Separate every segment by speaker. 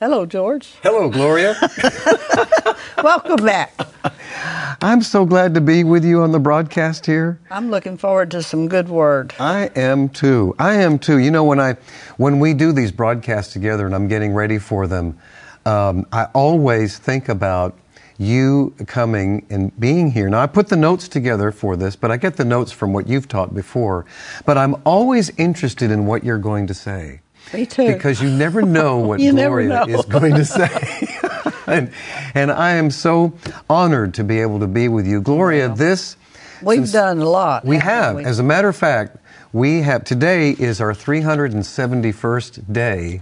Speaker 1: Hello, George.
Speaker 2: Hello, Gloria.
Speaker 1: Welcome back.
Speaker 3: I'm so glad to be with you on the broadcast here.
Speaker 1: I'm looking forward to some good word.
Speaker 3: I am too. I am too. You know, when I, when we do these broadcasts together and I'm getting ready for them, um, I always think about you coming and being here. Now, I put the notes together for this, but I get the notes from what you've taught before. But I'm always interested in what you're going to say.
Speaker 1: Me too.
Speaker 3: Because you never know what
Speaker 1: You never
Speaker 3: Gloria
Speaker 1: know.
Speaker 3: is going to say. and, and I am so honored to be able to be with you. Gloria, this.
Speaker 1: We've
Speaker 3: since-
Speaker 1: done a lot.
Speaker 3: we
Speaker 1: haven't
Speaker 3: have.
Speaker 1: we?
Speaker 3: As a matter of fact, we have. Today is our 371st day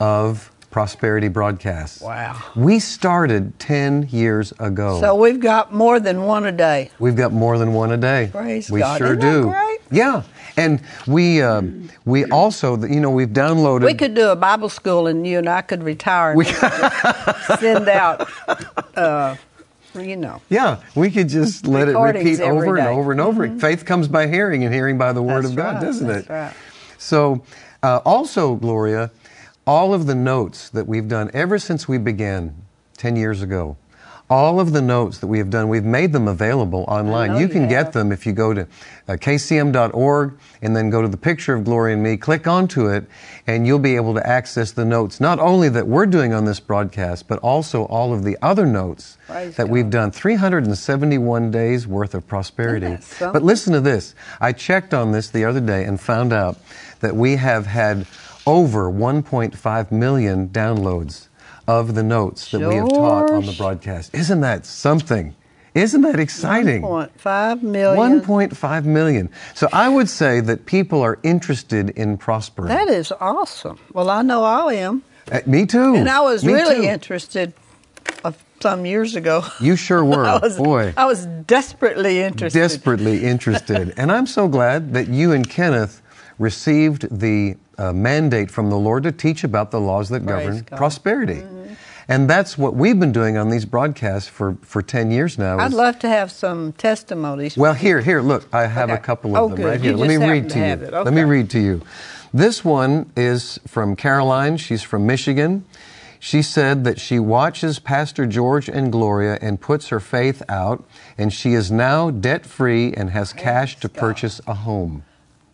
Speaker 3: of prosperity broadcasts.
Speaker 1: Wow.
Speaker 3: We started 10 years ago.
Speaker 1: so we've got more than one a day.
Speaker 3: We've got more than one a day.
Speaker 1: Praise
Speaker 3: we
Speaker 1: God.
Speaker 3: sure
Speaker 1: Isn't that
Speaker 3: do.
Speaker 1: great?
Speaker 3: Yeah, and we um, we also you know we've downloaded.
Speaker 1: We could do a Bible school, and you and I could retire and
Speaker 3: We-
Speaker 1: just send out, uh, you know,
Speaker 3: Yeah, we could just let it
Speaker 1: Recordings
Speaker 3: repeat
Speaker 1: every
Speaker 3: over and
Speaker 1: day. Mm-hmm.
Speaker 3: over and over. Faith comes by hearing, and hearing by the word
Speaker 1: That's
Speaker 3: of God,
Speaker 1: right,
Speaker 3: doesn't
Speaker 1: that's
Speaker 3: it?
Speaker 1: right.
Speaker 3: So, uh, also, Gloria, all of the notes that we've done ever since we began 10 years ago, all of the notes that we have done, we've made them available online.
Speaker 1: know
Speaker 3: You,
Speaker 1: you
Speaker 3: can
Speaker 1: have.
Speaker 3: get them if you go to uh, kcm.org and then go to the picture of Gloria and me, click onto it, and you'll be able to access the notes, not only that we're doing on this broadcast, but also all of the other notes
Speaker 1: Praise
Speaker 3: that
Speaker 1: God.
Speaker 3: we've done 371 days worth of prosperity.
Speaker 1: Isn't that something?
Speaker 3: But listen to this. I checked on this the other day and found out that we have had over 1.5 million downloads of the notes that we have taught on the
Speaker 1: George.
Speaker 3: broadcast. Isn't that something? Isn't that exciting?
Speaker 1: 1.5 million.
Speaker 3: 1.5 million. So I would say that people are interested in prospering.
Speaker 1: That is awesome. Well, I know I am.
Speaker 3: Uh, me too.
Speaker 1: And I was
Speaker 3: Me
Speaker 1: really
Speaker 3: too.
Speaker 1: interested uh, some years ago.
Speaker 3: You sure were.
Speaker 1: I was,
Speaker 3: Boy.
Speaker 1: I was desperately interested.
Speaker 3: desperately interested. and I'm so glad that you and Kenneth received the uh, mandate from the Lord to teach about the laws that
Speaker 1: Praise
Speaker 3: govern
Speaker 1: God. Mm-hmm.
Speaker 3: prosperity. And that's what we've been doing on these broadcasts for, for 10 years now.
Speaker 1: I'd
Speaker 3: is-
Speaker 1: love to have some testimonies.
Speaker 3: well, here, here, look, I have
Speaker 1: Okay.
Speaker 3: a couple
Speaker 1: Oh,
Speaker 3: of them
Speaker 1: good.
Speaker 3: right
Speaker 1: You
Speaker 3: here. Let me
Speaker 1: just happen
Speaker 3: read
Speaker 1: to
Speaker 3: to you.
Speaker 1: have it.
Speaker 3: Let me
Speaker 1: Okay.
Speaker 3: read to you. This one is from Caroline. She's from Michigan. She said that she watches Pastor George and Gloria and puts her faith out, and she is now debt free and has
Speaker 1: Oh,
Speaker 3: cash to purchase a home.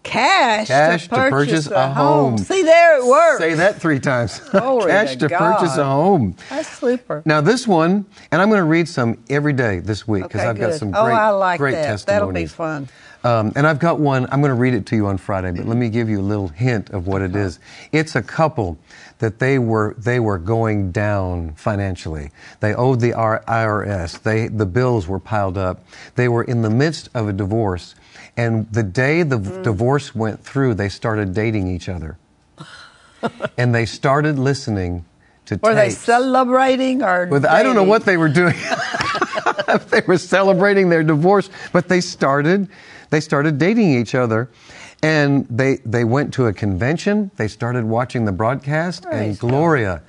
Speaker 1: cash,
Speaker 3: Cash
Speaker 1: to purchase,
Speaker 3: a home.
Speaker 1: See, there it works.
Speaker 3: Say that three times.
Speaker 1: Glory
Speaker 3: cash
Speaker 1: to
Speaker 3: to purchase
Speaker 1: God.
Speaker 3: a home.
Speaker 1: That's super.
Speaker 3: Now this one, and I'm going to read some every day this week because
Speaker 1: Okay,
Speaker 3: I've got
Speaker 1: good.
Speaker 3: some
Speaker 1: Oh,
Speaker 3: great,
Speaker 1: I like
Speaker 3: great
Speaker 1: that.
Speaker 3: testimonies.
Speaker 1: That'll be fun.
Speaker 3: Um, and I've got one. I'm going to read it to you on Friday, but let me give you a little hint of what it is. It's a couple that they were they were going down financially. They owed the R- IRS. They the bills were piled up. They were in the midst of a divorce, and the day the v- divorce went through, they started dating each other, and they started listening to.
Speaker 1: Were they
Speaker 3: tapes.
Speaker 1: celebrating or?
Speaker 3: With, I don't know
Speaker 1: dating?
Speaker 3: what they were doing. If they were celebrating their divorce, but they started they started dating each other, and they they went to a convention. They started watching the broadcast,
Speaker 1: Praise
Speaker 3: and
Speaker 1: God.
Speaker 3: Gloria.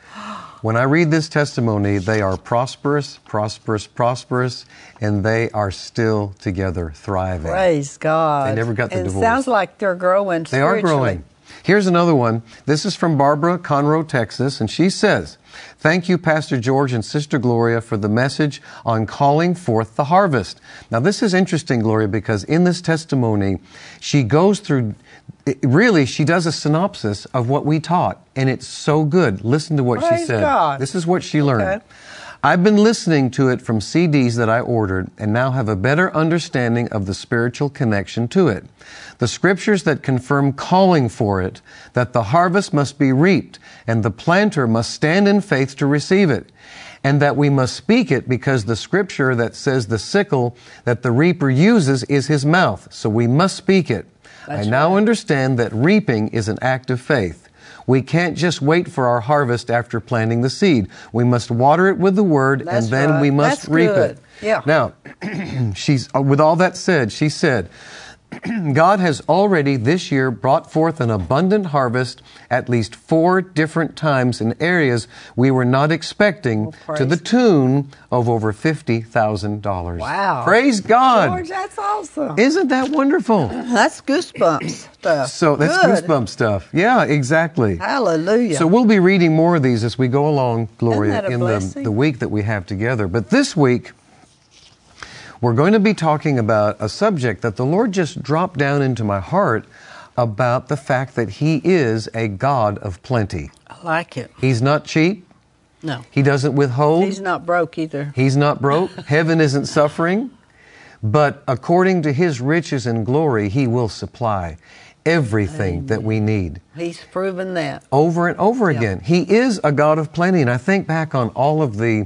Speaker 3: When I read this testimony, they are prosperous, prosperous, prosperous, and they are still together, thriving.
Speaker 1: Praise God.
Speaker 3: They never got the
Speaker 1: and
Speaker 3: divorce.
Speaker 1: It sounds like they're growing.
Speaker 3: They are
Speaker 1: spiritually.
Speaker 3: growing. Here's another one. This is from Barbara Conroe, Texas, and she says, Thank you, Pastor George and Sister Gloria, for the message on calling forth the harvest. Now, this is interesting, Gloria, because in this testimony, she goes through, it- really, she does a synopsis of what we taught, and it's so good. Listen to what she
Speaker 1: Praise
Speaker 3: said.
Speaker 1: God.
Speaker 3: This is what she learned.
Speaker 1: Okay.
Speaker 3: I've been listening to it from CDs that I ordered and now have a better understanding of the spiritual connection to it. The scriptures that confirm calling for it, that the harvest must be reaped and the planter must stand in faith to receive it. And that we must speak it because the scripture that says the sickle that the reaper uses is his mouth. So we must speak it. I now understand that reaping is an act of faith. We can't just wait for our harvest after planting the seed. We must water it with the word
Speaker 1: That's
Speaker 3: and then
Speaker 1: right.
Speaker 3: we must
Speaker 1: That's
Speaker 3: reap
Speaker 1: good.
Speaker 3: it.
Speaker 1: Yeah.
Speaker 3: Now, she's uh, with all that said, she said, God has already this year brought forth an abundant harvest at least four different times in areas we were not expecting
Speaker 1: Oh,
Speaker 3: to the
Speaker 1: praise-
Speaker 3: tune of over $50,000.
Speaker 1: Wow.
Speaker 3: Praise God.
Speaker 1: George, that's awesome.
Speaker 3: Isn't that wonderful?
Speaker 1: That's goosebumps stuff.
Speaker 3: So that's
Speaker 1: Good.
Speaker 3: goosebump stuff. Yeah, exactly.
Speaker 1: Hallelujah.
Speaker 3: So we'll be reading more of these as we go along, Gloria,
Speaker 1: that a
Speaker 3: in the,
Speaker 1: blessing?
Speaker 3: the week that we have together. But this week, we're going to be talking about a subject that the Lord just dropped down into my heart about the fact that He is a God of plenty.
Speaker 1: I like it.
Speaker 3: He's not cheap.
Speaker 1: No.
Speaker 3: He doesn't withhold.
Speaker 1: He's not broke either.
Speaker 3: He's not broke. Heaven isn't suffering. But according to His riches and glory, He will supply everything that we need.
Speaker 1: He's proven that.
Speaker 3: over and over again. He is a God of plenty. And I think back on all of the,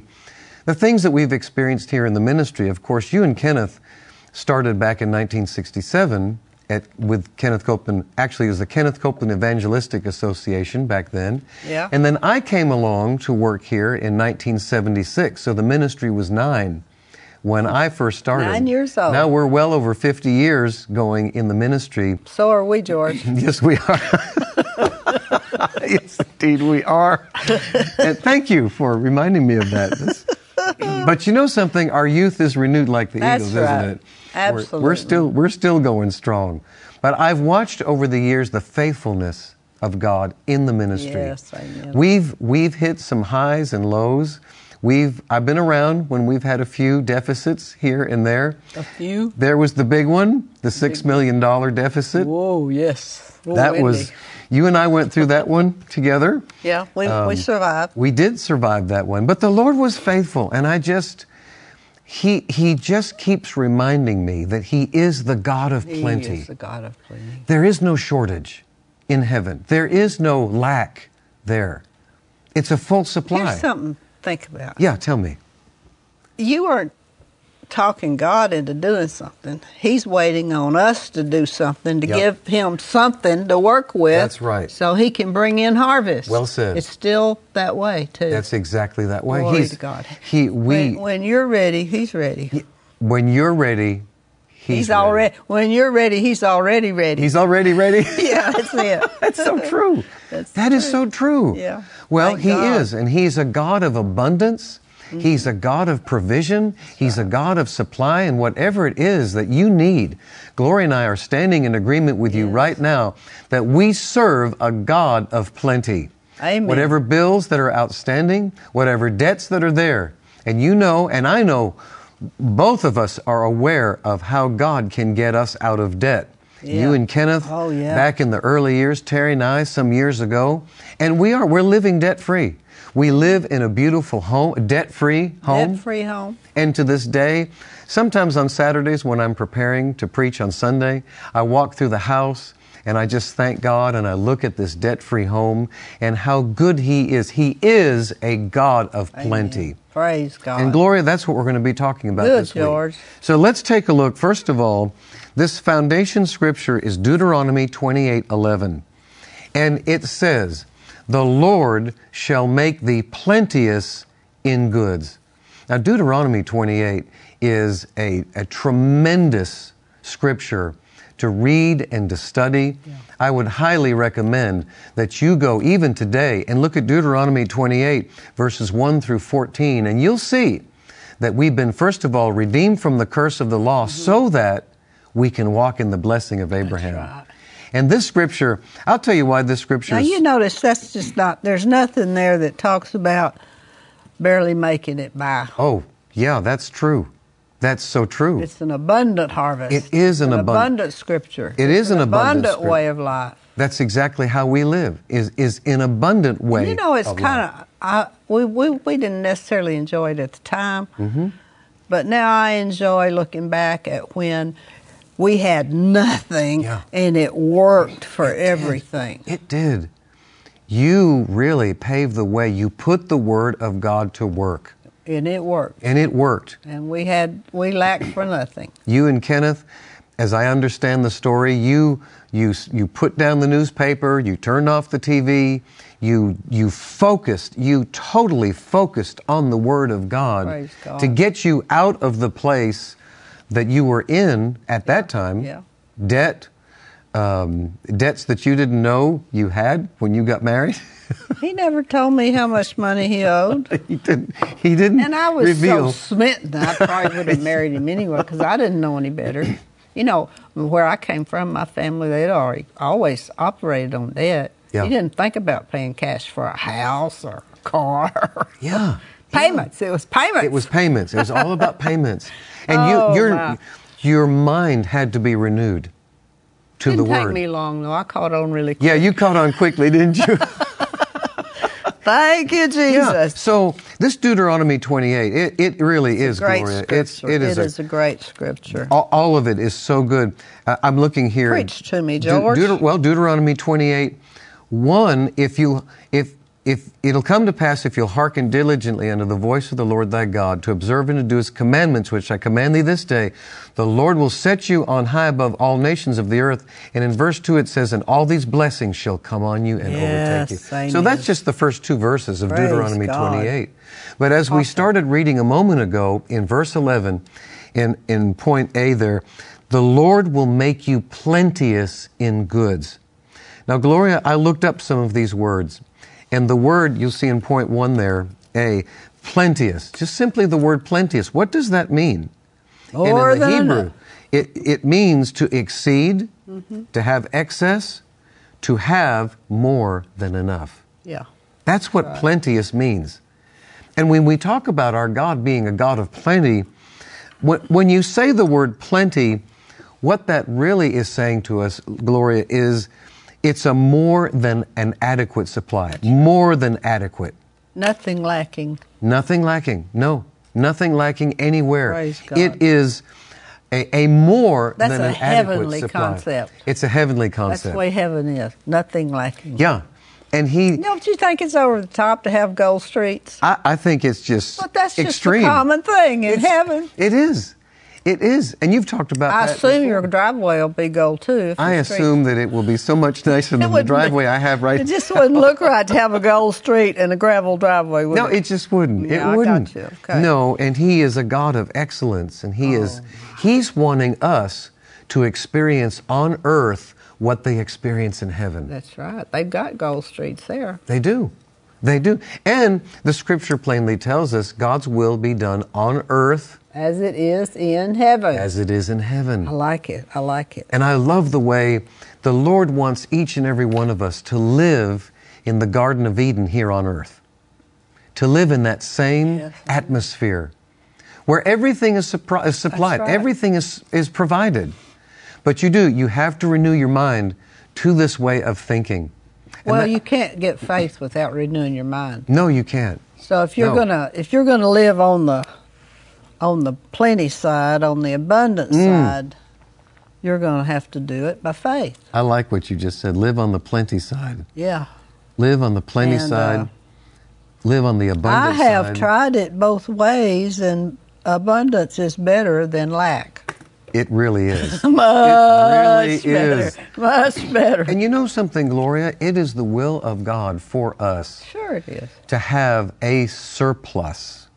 Speaker 3: the things that we've experienced here in the ministry. Of course, you and Kenneth started back in 1967 at, with Kenneth Copeland. Actually, it was the Kenneth Copeland Evangelistic Association back then.
Speaker 1: Yeah.
Speaker 3: And then I came along to work here in 1976. So the ministry was nine when I first started.
Speaker 1: Nine years old.
Speaker 3: Now we're well over 50 years going in the ministry.
Speaker 1: So are we, George.
Speaker 3: Yes, we are. yes, indeed, we are. and thank you for reminding me of that. This- but you know something? Our youth is renewed like the
Speaker 1: That's
Speaker 3: eagles,
Speaker 1: right.
Speaker 3: isn't it? We're, we're
Speaker 1: Absolutely.
Speaker 3: still we're still going strong. But I've watched over the years the faithfulness of God in the ministry.
Speaker 1: Yes, amen.
Speaker 3: We've we've hit some highs and lows. We've I've been around when we've had a few deficits here and there.
Speaker 1: A few.
Speaker 3: There was the big one, the six million dollar deficit.
Speaker 1: Whoa, yes. Whoa,
Speaker 3: That
Speaker 1: Wendy.
Speaker 3: was you and I went through that one together.
Speaker 1: Yeah, we,
Speaker 3: um,
Speaker 1: we survived.
Speaker 3: We did survive that one, but the Lord was faithful, and I just he he just keeps reminding me that he is the God of
Speaker 1: He
Speaker 3: plenty.
Speaker 1: is the God of plenty.
Speaker 3: There is no shortage in heaven. There is no lack there. It's a full supply.
Speaker 1: Here's something to think about.
Speaker 3: yeah, tell me.
Speaker 1: You aren't talking God into doing something. He's waiting on us to do something, to
Speaker 3: Yep.
Speaker 1: give him something to work with.
Speaker 3: That's right.
Speaker 1: So he can bring in harvest.
Speaker 3: Well said.
Speaker 1: It's still that way, too.
Speaker 3: That's exactly that way.
Speaker 1: Glory
Speaker 3: He's
Speaker 1: to God.
Speaker 3: He we
Speaker 1: when,
Speaker 3: when,
Speaker 1: when you're ready, he's ready.
Speaker 3: you're ready, he's,
Speaker 1: he's
Speaker 3: ready.
Speaker 1: already when you're ready, he's already ready.
Speaker 3: He's already ready.
Speaker 1: yeah, that's it.
Speaker 3: That's so true.
Speaker 1: That's
Speaker 3: That is so true.
Speaker 1: Yeah.
Speaker 3: Well,
Speaker 1: Thank
Speaker 3: he
Speaker 1: God.
Speaker 3: is, and he's a God of abundance. He's a God of provision. He's a God of supply and whatever it is that you need. Glory and I are standing in agreement with you right now that we serve a God of plenty.
Speaker 1: Amen.
Speaker 3: Whatever bills that are outstanding, whatever debts that are there. And you know, and I know, both of us are aware of how God can get us out of debt. You
Speaker 1: Yeah.
Speaker 3: and Kenneth,
Speaker 1: Oh, yeah.
Speaker 3: back in the early years, Terry and I, some years ago, and we are, we're living debt free. We live in a beautiful home, debt free home.
Speaker 1: Debt-free home.
Speaker 3: And to this day, sometimes on Saturdays when I'm preparing to preach on Sunday, I walk through the house and I just thank God and I look at this debt free home and how good He is. He is a God of plenty.
Speaker 1: Praise God.
Speaker 3: And Gloria, that's what we're going to be talking about
Speaker 1: Good,
Speaker 3: this week.
Speaker 1: George.
Speaker 3: So let's take a look. First of all, this foundation scripture is Deuteronomy 28:11. And it says, "The Lord shall make thee plenteous in goods." Now Deuteronomy 28 is a, a tremendous scripture to read and to study. I would highly recommend that you go even today and look at Deuteronomy 28, verses 1 through 14, and you'll see that we've been, first of all, redeemed from the curse of the law
Speaker 1: Mm-hmm.
Speaker 3: so that we can walk in the blessing of Abraham. And this scripture, I'll tell you why this scripture
Speaker 1: Now
Speaker 3: is.
Speaker 1: you notice that's just not. There's nothing there that talks about barely making it by.
Speaker 3: oh, yeah, that's true. That's so true.
Speaker 1: It's an abundant harvest.
Speaker 3: It is an abund-
Speaker 1: abundant scripture.
Speaker 3: It
Speaker 1: It's
Speaker 3: is an abundant scrip-
Speaker 1: way of life.
Speaker 3: that's exactly how we live, is, is in abundant way.
Speaker 1: You know, it's
Speaker 3: of life.
Speaker 1: kind of we, we we didn't necessarily enjoy it at the time,
Speaker 3: Mm-hmm.
Speaker 1: but now I enjoy looking back at when we had nothing
Speaker 3: Yeah.
Speaker 1: and it worked for everything.
Speaker 3: It did. You really paved the way. You put the word of God to work,
Speaker 1: and it worked,
Speaker 3: and it worked.
Speaker 1: and we had we lacked for nothing.
Speaker 3: You and Kenneth, as I understand the story, you you you put down the newspaper, you turned off the TV, you you focused, you totally focused on the Word of God,
Speaker 1: Praise God.
Speaker 3: to get you out of the place that you were in at that time
Speaker 1: yeah.
Speaker 3: debt, um, debts that you didn't know you had when you got married.
Speaker 1: He never told me how much money he owed.
Speaker 3: he didn't. He didn't.
Speaker 1: And I was
Speaker 3: reveal.
Speaker 1: so smitten, I probably would have married him anyway because I didn't know any better. You know, where I came from, my family, they'd already always operated on debt.
Speaker 3: Yeah.
Speaker 1: You didn't think about paying cash for a house or a car.
Speaker 3: Yeah.
Speaker 1: payments. It was payments.
Speaker 3: It was payments. It was all about payments. And
Speaker 1: Oh,
Speaker 3: you, your,
Speaker 1: wow.
Speaker 3: your mind had to be renewed to
Speaker 1: didn't
Speaker 3: the
Speaker 1: take
Speaker 3: word.
Speaker 1: me long though. I caught on really quick.
Speaker 3: yeah, you caught on quickly, didn't you?
Speaker 1: Thank you,
Speaker 3: yeah.
Speaker 1: Jesus.
Speaker 3: So this Deuteronomy 28, it, it really is
Speaker 1: Great
Speaker 3: Gloria.
Speaker 1: scripture.
Speaker 3: It's it is,
Speaker 1: It
Speaker 3: a-
Speaker 1: is a great scripture.
Speaker 3: all, all of it is so good. Uh, I'm looking here.
Speaker 1: Preach to me,
Speaker 3: Deut-
Speaker 1: George.
Speaker 3: Deuter- well, Deuteronomy 28, 1, if you, if, if it'll come to pass if you'll hearken diligently unto the voice of the Lord thy God to observe and to do his commandments, which I command thee this day, the Lord will set you on high above all nations of the earth. And in verse 2 it says, and all these blessings shall come on you and
Speaker 1: Yes,
Speaker 3: overtake you.
Speaker 1: amen.
Speaker 3: So that's just the first two verses of
Speaker 1: Praise
Speaker 3: Deuteronomy
Speaker 1: God.
Speaker 3: 28. But as we started reading a moment ago in verse 11, in, in point A there, the Lord will make you plenteous in goods. Now, Gloria, I looked up some of these words, and the word you'll see in point one there, A, plenteous, just simply the word plenteous. What does that mean?
Speaker 1: More
Speaker 3: and in the
Speaker 1: than
Speaker 3: Hebrew,
Speaker 1: enough.
Speaker 3: it, it means to exceed,
Speaker 1: Mm-hmm.
Speaker 3: to have excess, to have more than enough.
Speaker 1: Yeah.
Speaker 3: That's what plenteous means. And when we talk about our God being a God of plenty, when, when you say the word plenty, what that really is saying to us, Gloria, is it's a more than an adequate supply, more than adequate.
Speaker 1: Nothing lacking.
Speaker 3: Nothing lacking. No, nothing lacking anywhere.
Speaker 1: Praise God.
Speaker 3: It is a, a more
Speaker 1: That's
Speaker 3: than
Speaker 1: a
Speaker 3: an adequate
Speaker 1: heavenly
Speaker 3: supply.
Speaker 1: concept.
Speaker 3: It's a heavenly
Speaker 1: That's
Speaker 3: concept.
Speaker 1: the way heaven is. Nothing lacking.
Speaker 3: yeah. And he,
Speaker 1: Don't you think it's over the top to have gold streets?
Speaker 3: I, I think it's just
Speaker 1: But that's just
Speaker 3: extreme.
Speaker 1: a common thing in
Speaker 3: It's-
Speaker 1: heaven.
Speaker 3: It is. It is. And you've talked about
Speaker 1: I
Speaker 3: that.
Speaker 1: assume
Speaker 3: before.
Speaker 1: your driveway will be gold too. if
Speaker 3: I
Speaker 1: the street-
Speaker 3: assume that it will be so much nicer
Speaker 1: It
Speaker 3: than the
Speaker 1: wouldn't-
Speaker 3: driveway I have right
Speaker 1: It just wouldn't look right to have a gold street and a gravel driveway. Would
Speaker 3: No, it just wouldn't.
Speaker 1: Yeah, I
Speaker 3: it
Speaker 1: got
Speaker 3: wouldn't.
Speaker 1: you. Okay.
Speaker 3: No, and he is a God of excellence and he is
Speaker 1: Oh.
Speaker 3: he's wanting us to experience on earth what they experience in heaven.
Speaker 1: That's right. They've got gold streets there.
Speaker 3: They do. They do. And the scripture plainly tells us God's will be done on earth
Speaker 1: As it is in heaven.
Speaker 3: as it is in heaven.
Speaker 1: I like it. I like it.
Speaker 3: And I love the way the Lord wants each and every one of us to live in the Garden of Eden here on earth, to live in that same
Speaker 1: Yes.
Speaker 3: atmosphere where everything is, suppri- is supplied,
Speaker 1: right.
Speaker 3: everything is, is provided. But you do, you have to renew your mind to this way of thinking.
Speaker 1: Well, you can't get faith without renewing your mind.
Speaker 3: No, you can't.
Speaker 1: So if you're
Speaker 3: No.
Speaker 1: gonna if you're gonna live on the on the plenty side, on the abundant
Speaker 3: Mm.
Speaker 1: side, you're gonna have to do it by faith.
Speaker 3: I like what you just said. Live on the plenty side.
Speaker 1: Yeah.
Speaker 3: Live on the plenty
Speaker 1: And,
Speaker 3: side.
Speaker 1: uh,
Speaker 3: live on the
Speaker 1: I
Speaker 3: abundant
Speaker 1: have
Speaker 3: side.
Speaker 1: tried it both ways and abundance is better than lack.
Speaker 3: It really is.
Speaker 1: Much better.
Speaker 3: is.
Speaker 1: Much better.
Speaker 3: And you know something, Gloria? It is the will of God for us
Speaker 1: Sure it is.
Speaker 3: to have a surplus,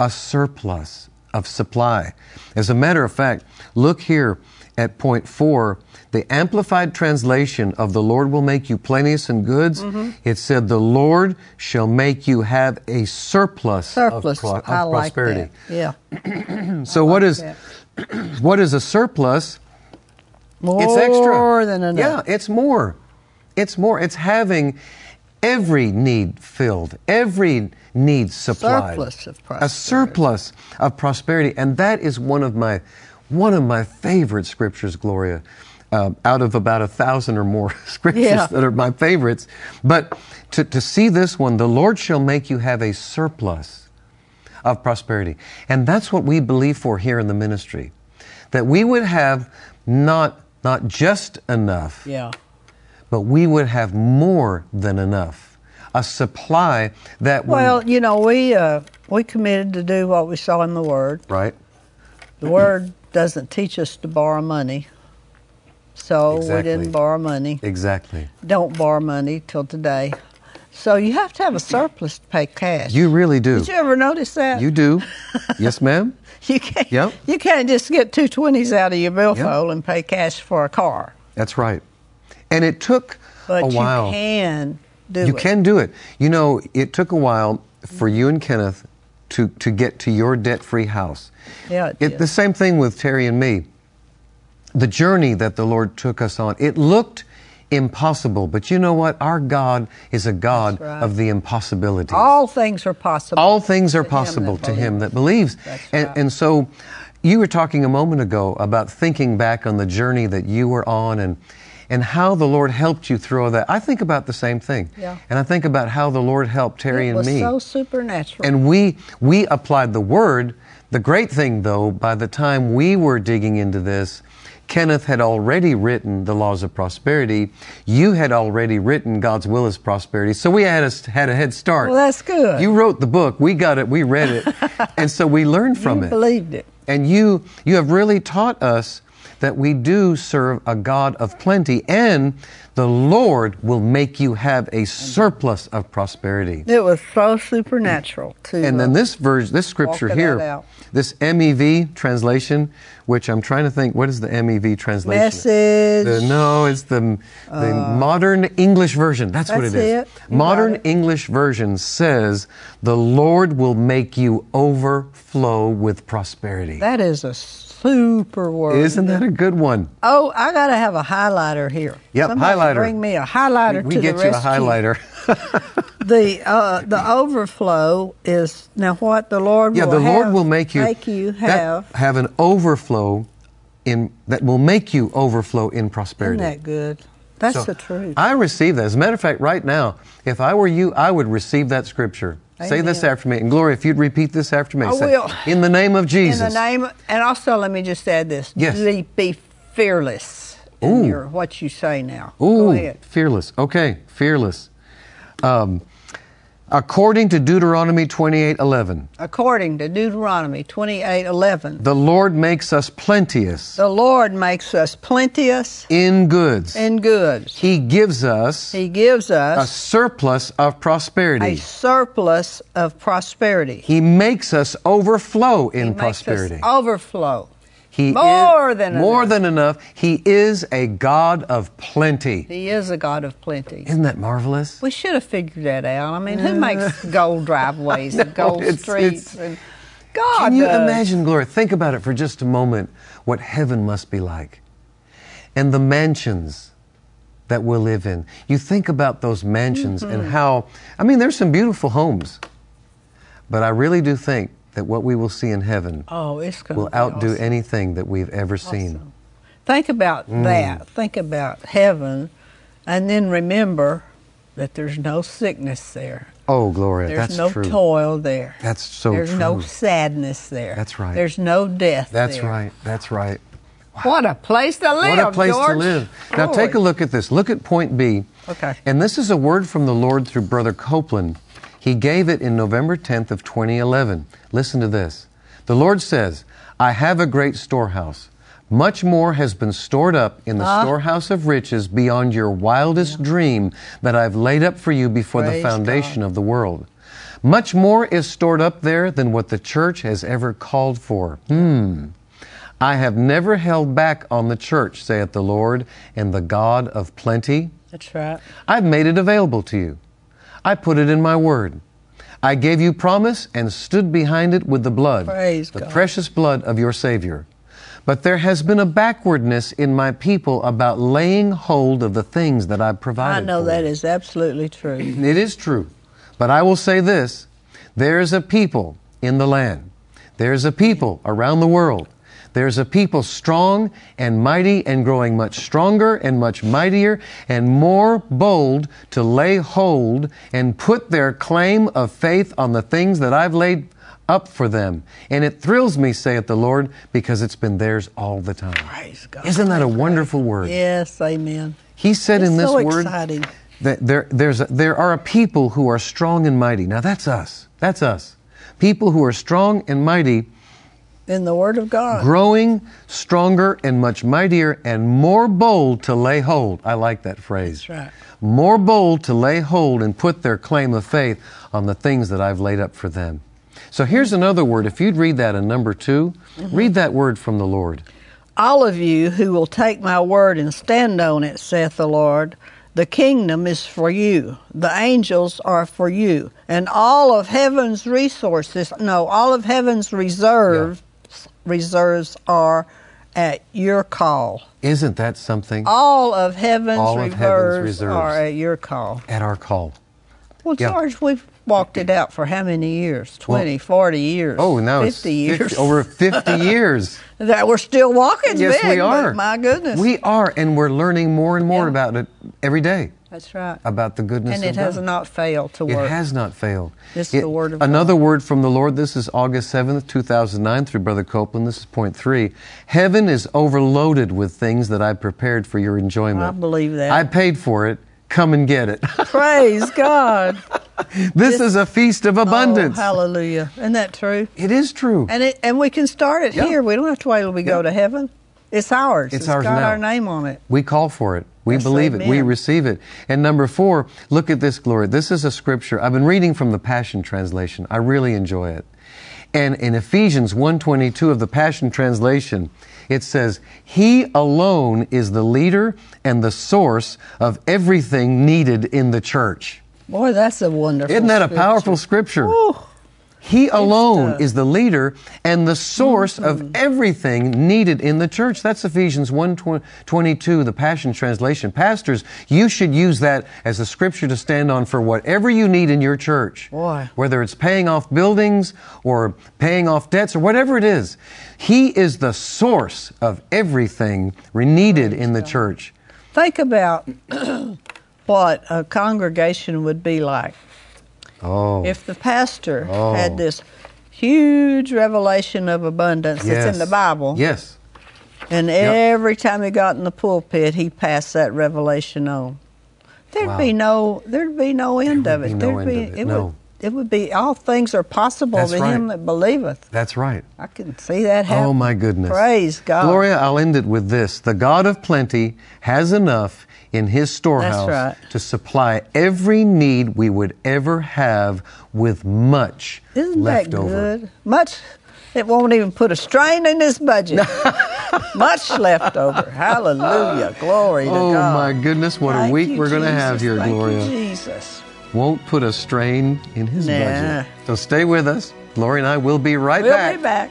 Speaker 3: a surplus of supply. As a matter of fact, look here at point four. The amplified translation of the Lord will make you plenteous in goods.
Speaker 1: Mm-hmm.
Speaker 3: It said, "The Lord shall make you have a surplus,
Speaker 1: Surplus.
Speaker 3: of, pro- of
Speaker 1: I like
Speaker 3: prosperity."
Speaker 1: that. Yeah.
Speaker 3: So, what is
Speaker 1: that.
Speaker 3: what is a surplus?
Speaker 1: More
Speaker 3: It's extra.
Speaker 1: than enough.
Speaker 3: Yeah, it's more. It's more. It's having every need filled, every need supplied.
Speaker 1: Surplus of
Speaker 3: A
Speaker 1: prosperity.
Speaker 3: surplus of prosperity, and that is one of my one of my favorite scriptures, Gloria. Uh, out of about a thousand or more scriptures
Speaker 1: Yeah.
Speaker 3: that are my favorites, but to, to see this one, the Lord shall make you have a surplus of prosperity. And that's what we believe for here in the ministry. That we would have not, not just enough,
Speaker 1: Yeah.
Speaker 3: but we would have more than enough. A supply that when-
Speaker 1: Well, you know, we uh, we committed to do what we saw in the Word.
Speaker 3: right?
Speaker 1: The Word doesn't teach us to borrow money, so we
Speaker 3: Exactly.
Speaker 1: didn't borrow money.
Speaker 3: Exactly.
Speaker 1: Don't borrow money till today. So you have to have a surplus to pay cash.
Speaker 3: You really do.
Speaker 1: Did you ever notice that?
Speaker 3: You do. yes, ma'am.
Speaker 1: You can't.
Speaker 3: Yep.
Speaker 1: You can't just get two twenties out of your billfold and pay cash for a car.
Speaker 3: That's right. And it took
Speaker 1: But
Speaker 3: a
Speaker 1: you
Speaker 3: while.
Speaker 1: can do
Speaker 3: Oh, you
Speaker 1: it.
Speaker 3: can do it. You know, it took a while for you and Kenneth to, to get to your debt free house.
Speaker 1: Yeah, it
Speaker 3: The
Speaker 1: did.
Speaker 3: same thing with Terry and me. The journey that the Lord took us on, it looked impossible, but you know what? Our God is a God
Speaker 1: right.
Speaker 3: of the impossibility.
Speaker 1: All things are possible.
Speaker 3: All things are
Speaker 1: him that
Speaker 3: possible to him
Speaker 1: believes.
Speaker 3: that believes.
Speaker 1: That's
Speaker 3: And,
Speaker 1: right.
Speaker 3: and so you were talking a moment ago about thinking back on the journey that you were on and and how the Lord helped you through all that. I think about the same thing.
Speaker 1: Yeah.
Speaker 3: And I think about how the Lord helped Terry
Speaker 1: it
Speaker 3: and
Speaker 1: was
Speaker 3: me.
Speaker 1: so supernatural.
Speaker 3: and we we applied the word. The great thing though, by the time we were digging into this, Kenneth had already written the laws of prosperity. You had already written God's will is prosperity. So we had a, had a head start.
Speaker 1: well, that's good.
Speaker 3: You wrote the book. We got it. We read it. and so we learned from
Speaker 1: You
Speaker 3: it.
Speaker 1: believed it.
Speaker 3: and you you have really taught us that we do serve a God of plenty and the Lord will make you have a surplus of prosperity.
Speaker 1: It was so supernatural to.
Speaker 3: And
Speaker 1: uh,
Speaker 3: then this verse, this scripture
Speaker 1: Walking that
Speaker 3: here,
Speaker 1: out.
Speaker 3: this MEV translation, which I'm trying to think, what is the MEV translation?
Speaker 1: message. Uh,
Speaker 3: The- no, it's the, the modern English version. That's, what
Speaker 1: that's
Speaker 3: it is.
Speaker 1: it. You
Speaker 3: Modern
Speaker 1: got it.
Speaker 3: English version says, The Lord will make you overflow with prosperity.
Speaker 1: That is a super word.
Speaker 3: Isn't that a good one?
Speaker 1: Oh, I gotta have a highlighter here.
Speaker 3: Yep,
Speaker 1: Somebody
Speaker 3: highlighter.
Speaker 1: Bring me a highlighter.
Speaker 3: we
Speaker 1: to
Speaker 3: get
Speaker 1: the
Speaker 3: you a
Speaker 1: rescue.
Speaker 3: highlighter.
Speaker 1: The uh, the overflow is now what the Lord
Speaker 3: yeah,
Speaker 1: will
Speaker 3: the Lord
Speaker 1: have-
Speaker 3: will make you,
Speaker 1: make you
Speaker 3: that-
Speaker 1: have.
Speaker 3: have an overflow in that will make you overflow in
Speaker 1: Isn't
Speaker 3: prosperity.
Speaker 1: that good? That's
Speaker 3: So,
Speaker 1: the truth.
Speaker 3: I receive that. As a matter of fact, right now, if I were you, I would receive that scripture. Say this
Speaker 1: Amen.
Speaker 3: after me. And Gloria, if you'd repeat this after me.
Speaker 1: I
Speaker 3: say,
Speaker 1: will.
Speaker 3: In the name of
Speaker 1: in
Speaker 3: Jesus.
Speaker 1: the name, and also let me just add this.
Speaker 3: Yes.
Speaker 1: Be, be fearless in
Speaker 3: Ooh.
Speaker 1: your what you say now. Go
Speaker 3: Ooh,
Speaker 1: ahead.
Speaker 3: fearless. Okay, fearless. Um, according to Deuteronomy twenty-eight eleven,
Speaker 1: According to Deuteronomy twenty eight eleven,
Speaker 3: the Lord makes us plenteous
Speaker 1: the Lord makes us plenteous
Speaker 3: in goods.
Speaker 1: in goods.
Speaker 3: he gives us
Speaker 1: He gives
Speaker 3: a
Speaker 1: us
Speaker 3: surplus of prosperity.
Speaker 1: a surplus of prosperity.
Speaker 3: he makes us overflow in
Speaker 1: He makes us
Speaker 3: prosperity.
Speaker 1: overflow.
Speaker 3: He is-
Speaker 1: More than
Speaker 3: more
Speaker 1: enough.
Speaker 3: than enough. He is a God of plenty.
Speaker 1: He is a God of plenty.
Speaker 3: Isn't that marvelous?
Speaker 1: We should have figured that out. I mean, who makes gold driveways and
Speaker 3: No,
Speaker 1: gold
Speaker 3: it's-
Speaker 1: streets
Speaker 3: it's-
Speaker 1: and God
Speaker 3: Can you
Speaker 1: does.
Speaker 3: imagine, Gloria? Think about it for just a moment. What heaven must be like, and the mansions that we'll live in. You think about those mansions and
Speaker 1: Mm-hmm.
Speaker 3: how. I mean, there's some beautiful homes, but I really do think that what we will see in heaven
Speaker 1: Oh, it's going
Speaker 3: will
Speaker 1: to
Speaker 3: outdo
Speaker 1: awesome.
Speaker 3: anything that we've ever seen.
Speaker 1: Think about
Speaker 3: Mm.
Speaker 1: that. Think about heaven, and then remember that there's no sickness there.
Speaker 3: Oh, Gloria,
Speaker 1: There's
Speaker 3: that's
Speaker 1: no
Speaker 3: true.
Speaker 1: toil there.
Speaker 3: That's so
Speaker 1: There's no
Speaker 3: true.
Speaker 1: sadness there.
Speaker 3: That's right.
Speaker 1: There's no death.
Speaker 3: that's
Speaker 1: there.
Speaker 3: right. That's right.
Speaker 1: What a place to live.
Speaker 3: What a place
Speaker 1: George.
Speaker 3: to live. Now take a
Speaker 1: Glory.
Speaker 3: look at this. Look at point B.
Speaker 1: Okay.
Speaker 3: And this is a word from the Lord through Brother Copeland. He gave it in November 10th of 2011. Listen to this. The Lord says, I have a great storehouse. Much more has been stored up in the storehouse of riches beyond your wildest dream that I've laid up for you before
Speaker 1: Praise
Speaker 3: the
Speaker 1: God.
Speaker 3: foundation of the world. Much more is stored up there than what the church has ever called for. Hmm. I have never held back on the church, saith the Lord, and the God of plenty.
Speaker 1: That's right.
Speaker 3: I've made it available to you. I put it in my word. I gave you promise and stood behind it with the blood,
Speaker 1: Praise
Speaker 3: the
Speaker 1: God.
Speaker 3: precious blood of your Savior. But there has been a backwardness in my people about laying hold of the things that I
Speaker 1: I
Speaker 3: provided.
Speaker 1: know
Speaker 3: for
Speaker 1: that
Speaker 3: you.
Speaker 1: is absolutely true.
Speaker 3: It is true. But I will say this there is a people in the land, there is a people around the world. There is a people strong and mighty and growing much stronger and much mightier and more bold to lay hold and put their claim of faith on the things that I've laid up for them. And it thrills me, saith the Lord, because it's been theirs all the time.
Speaker 1: Praise God.
Speaker 3: Isn't that a wonderful word?
Speaker 1: Yes, amen.
Speaker 3: He said
Speaker 1: It's
Speaker 3: in this
Speaker 1: so
Speaker 3: word
Speaker 1: exciting.
Speaker 3: that there, there's a, there are a people who are strong and mighty. Now that's us. That's us. People who are strong and mighty
Speaker 1: in the Word of God.
Speaker 3: growing stronger and much mightier and more bold to lay hold. I like that phrase.
Speaker 1: That's right.
Speaker 3: More bold to lay hold and put their claim of faith on the things that I've laid up for them. So here's another word. If you'd read that in number 2 read that word from the Lord.
Speaker 1: All of you who will take my word and stand on it, saith the Lord, the kingdom is for you, the angels are for you, and all of heaven's resources, no, all of heaven's reserves, reserves are at your call.
Speaker 3: Isn't that something
Speaker 1: All of heaven's,
Speaker 3: All of
Speaker 1: reserves,
Speaker 3: heaven's reserves.
Speaker 1: are at your call.
Speaker 3: at our call?
Speaker 1: Well,
Speaker 3: Yeah.
Speaker 1: George, we've walked it out for how many years? 20, 40 years.
Speaker 3: Oh, now
Speaker 1: 50
Speaker 3: it's
Speaker 1: years.
Speaker 3: 50 over 50 years.
Speaker 1: that we're still walking
Speaker 3: yes,
Speaker 1: big,
Speaker 3: we are.
Speaker 1: but my goodness.
Speaker 3: We are, and we're learning more and more
Speaker 1: Yeah.
Speaker 3: about it every day.
Speaker 1: That's right.
Speaker 3: About the goodness
Speaker 1: and
Speaker 3: of
Speaker 1: it has
Speaker 3: God.
Speaker 1: not failed to
Speaker 3: It
Speaker 1: work.
Speaker 3: has not failed.
Speaker 1: This is
Speaker 3: It-
Speaker 1: the word of
Speaker 3: another word from the Lord. This is August 7th, 2009, through Brother Copeland. This is point three. Heaven is overloaded with things that I prepared for your enjoyment.
Speaker 1: I believe that.
Speaker 3: I paid for it. Come and get it.
Speaker 1: Praise God.
Speaker 3: this is a feast of abundance.
Speaker 1: Oh, hallelujah. Isn't that true?
Speaker 3: it is true.
Speaker 1: And it, and we can start it
Speaker 3: Yeah.
Speaker 1: here. We don't have to wait till we
Speaker 3: Yeah.
Speaker 1: go to heaven. It's ours.
Speaker 3: It's ours
Speaker 1: got
Speaker 3: now.
Speaker 1: our name on it.
Speaker 3: We call for it. We
Speaker 1: Yes,
Speaker 3: believe it. We
Speaker 1: amen.
Speaker 3: receive it. And number four, look at this glory. This is a scripture. I've been reading from the Passion Translation. I really enjoy it. And in Ephesians 1.22 of the Passion Translation, it says, He alone is the leader and the source of everything needed in the church.
Speaker 1: Boy, that's a wonderful
Speaker 3: Isn't that a
Speaker 1: scripture.
Speaker 3: powerful scripture?
Speaker 1: Whew.
Speaker 3: He alone
Speaker 1: stuff.
Speaker 3: is the leader and the source
Speaker 1: Mm-hmm.
Speaker 3: of everything needed in the church. That's Ephesians 1 22, the Passion Translation. Pastors, you should use that as a scripture to stand on for whatever you need in your church.
Speaker 1: Boy.
Speaker 3: Whether it's paying off buildings or paying off debts or whatever it is, He is the source of everything re- needed in the church.
Speaker 1: Think about what a congregation would be like
Speaker 3: Oh.
Speaker 1: if the pastor
Speaker 3: Oh.
Speaker 1: had this huge revelation of abundance that's in the
Speaker 3: yes.
Speaker 1: Bible.
Speaker 3: Yes.
Speaker 1: And every time he got in the pulpit, he passed that revelation on. There'd
Speaker 3: Wow.
Speaker 1: be no, there'd be no end
Speaker 3: There
Speaker 1: of
Speaker 3: would
Speaker 1: it.
Speaker 3: be no
Speaker 1: there'd
Speaker 3: end
Speaker 1: be,
Speaker 3: of it,
Speaker 1: It
Speaker 3: no.
Speaker 1: would, it would be all things are possible
Speaker 3: That's
Speaker 1: to him
Speaker 3: right.
Speaker 1: that believeth.
Speaker 3: That's right.
Speaker 1: I can see that happening.
Speaker 3: Oh my goodness.
Speaker 1: Praise God.
Speaker 3: Gloria, I'll end it with this. The God of plenty has enough in his storehouse
Speaker 1: right.
Speaker 3: to supply every need we would ever have with much
Speaker 1: Isn't
Speaker 3: left
Speaker 1: that
Speaker 3: over.
Speaker 1: good? Much. It won't even put a strain in his budget. Much left over. Hallelujah. Glory
Speaker 3: Oh
Speaker 1: to God.
Speaker 3: my goodness, what a
Speaker 1: Thank
Speaker 3: week
Speaker 1: you,
Speaker 3: we're going to have
Speaker 1: Jesus.
Speaker 3: here,
Speaker 1: Thank you,
Speaker 3: Gloria.
Speaker 1: Jesus.
Speaker 3: Won't put a strain in his
Speaker 1: Nah.
Speaker 3: budget. So stay with us. Gloria and I will be right
Speaker 1: We'll
Speaker 3: back.
Speaker 1: be back.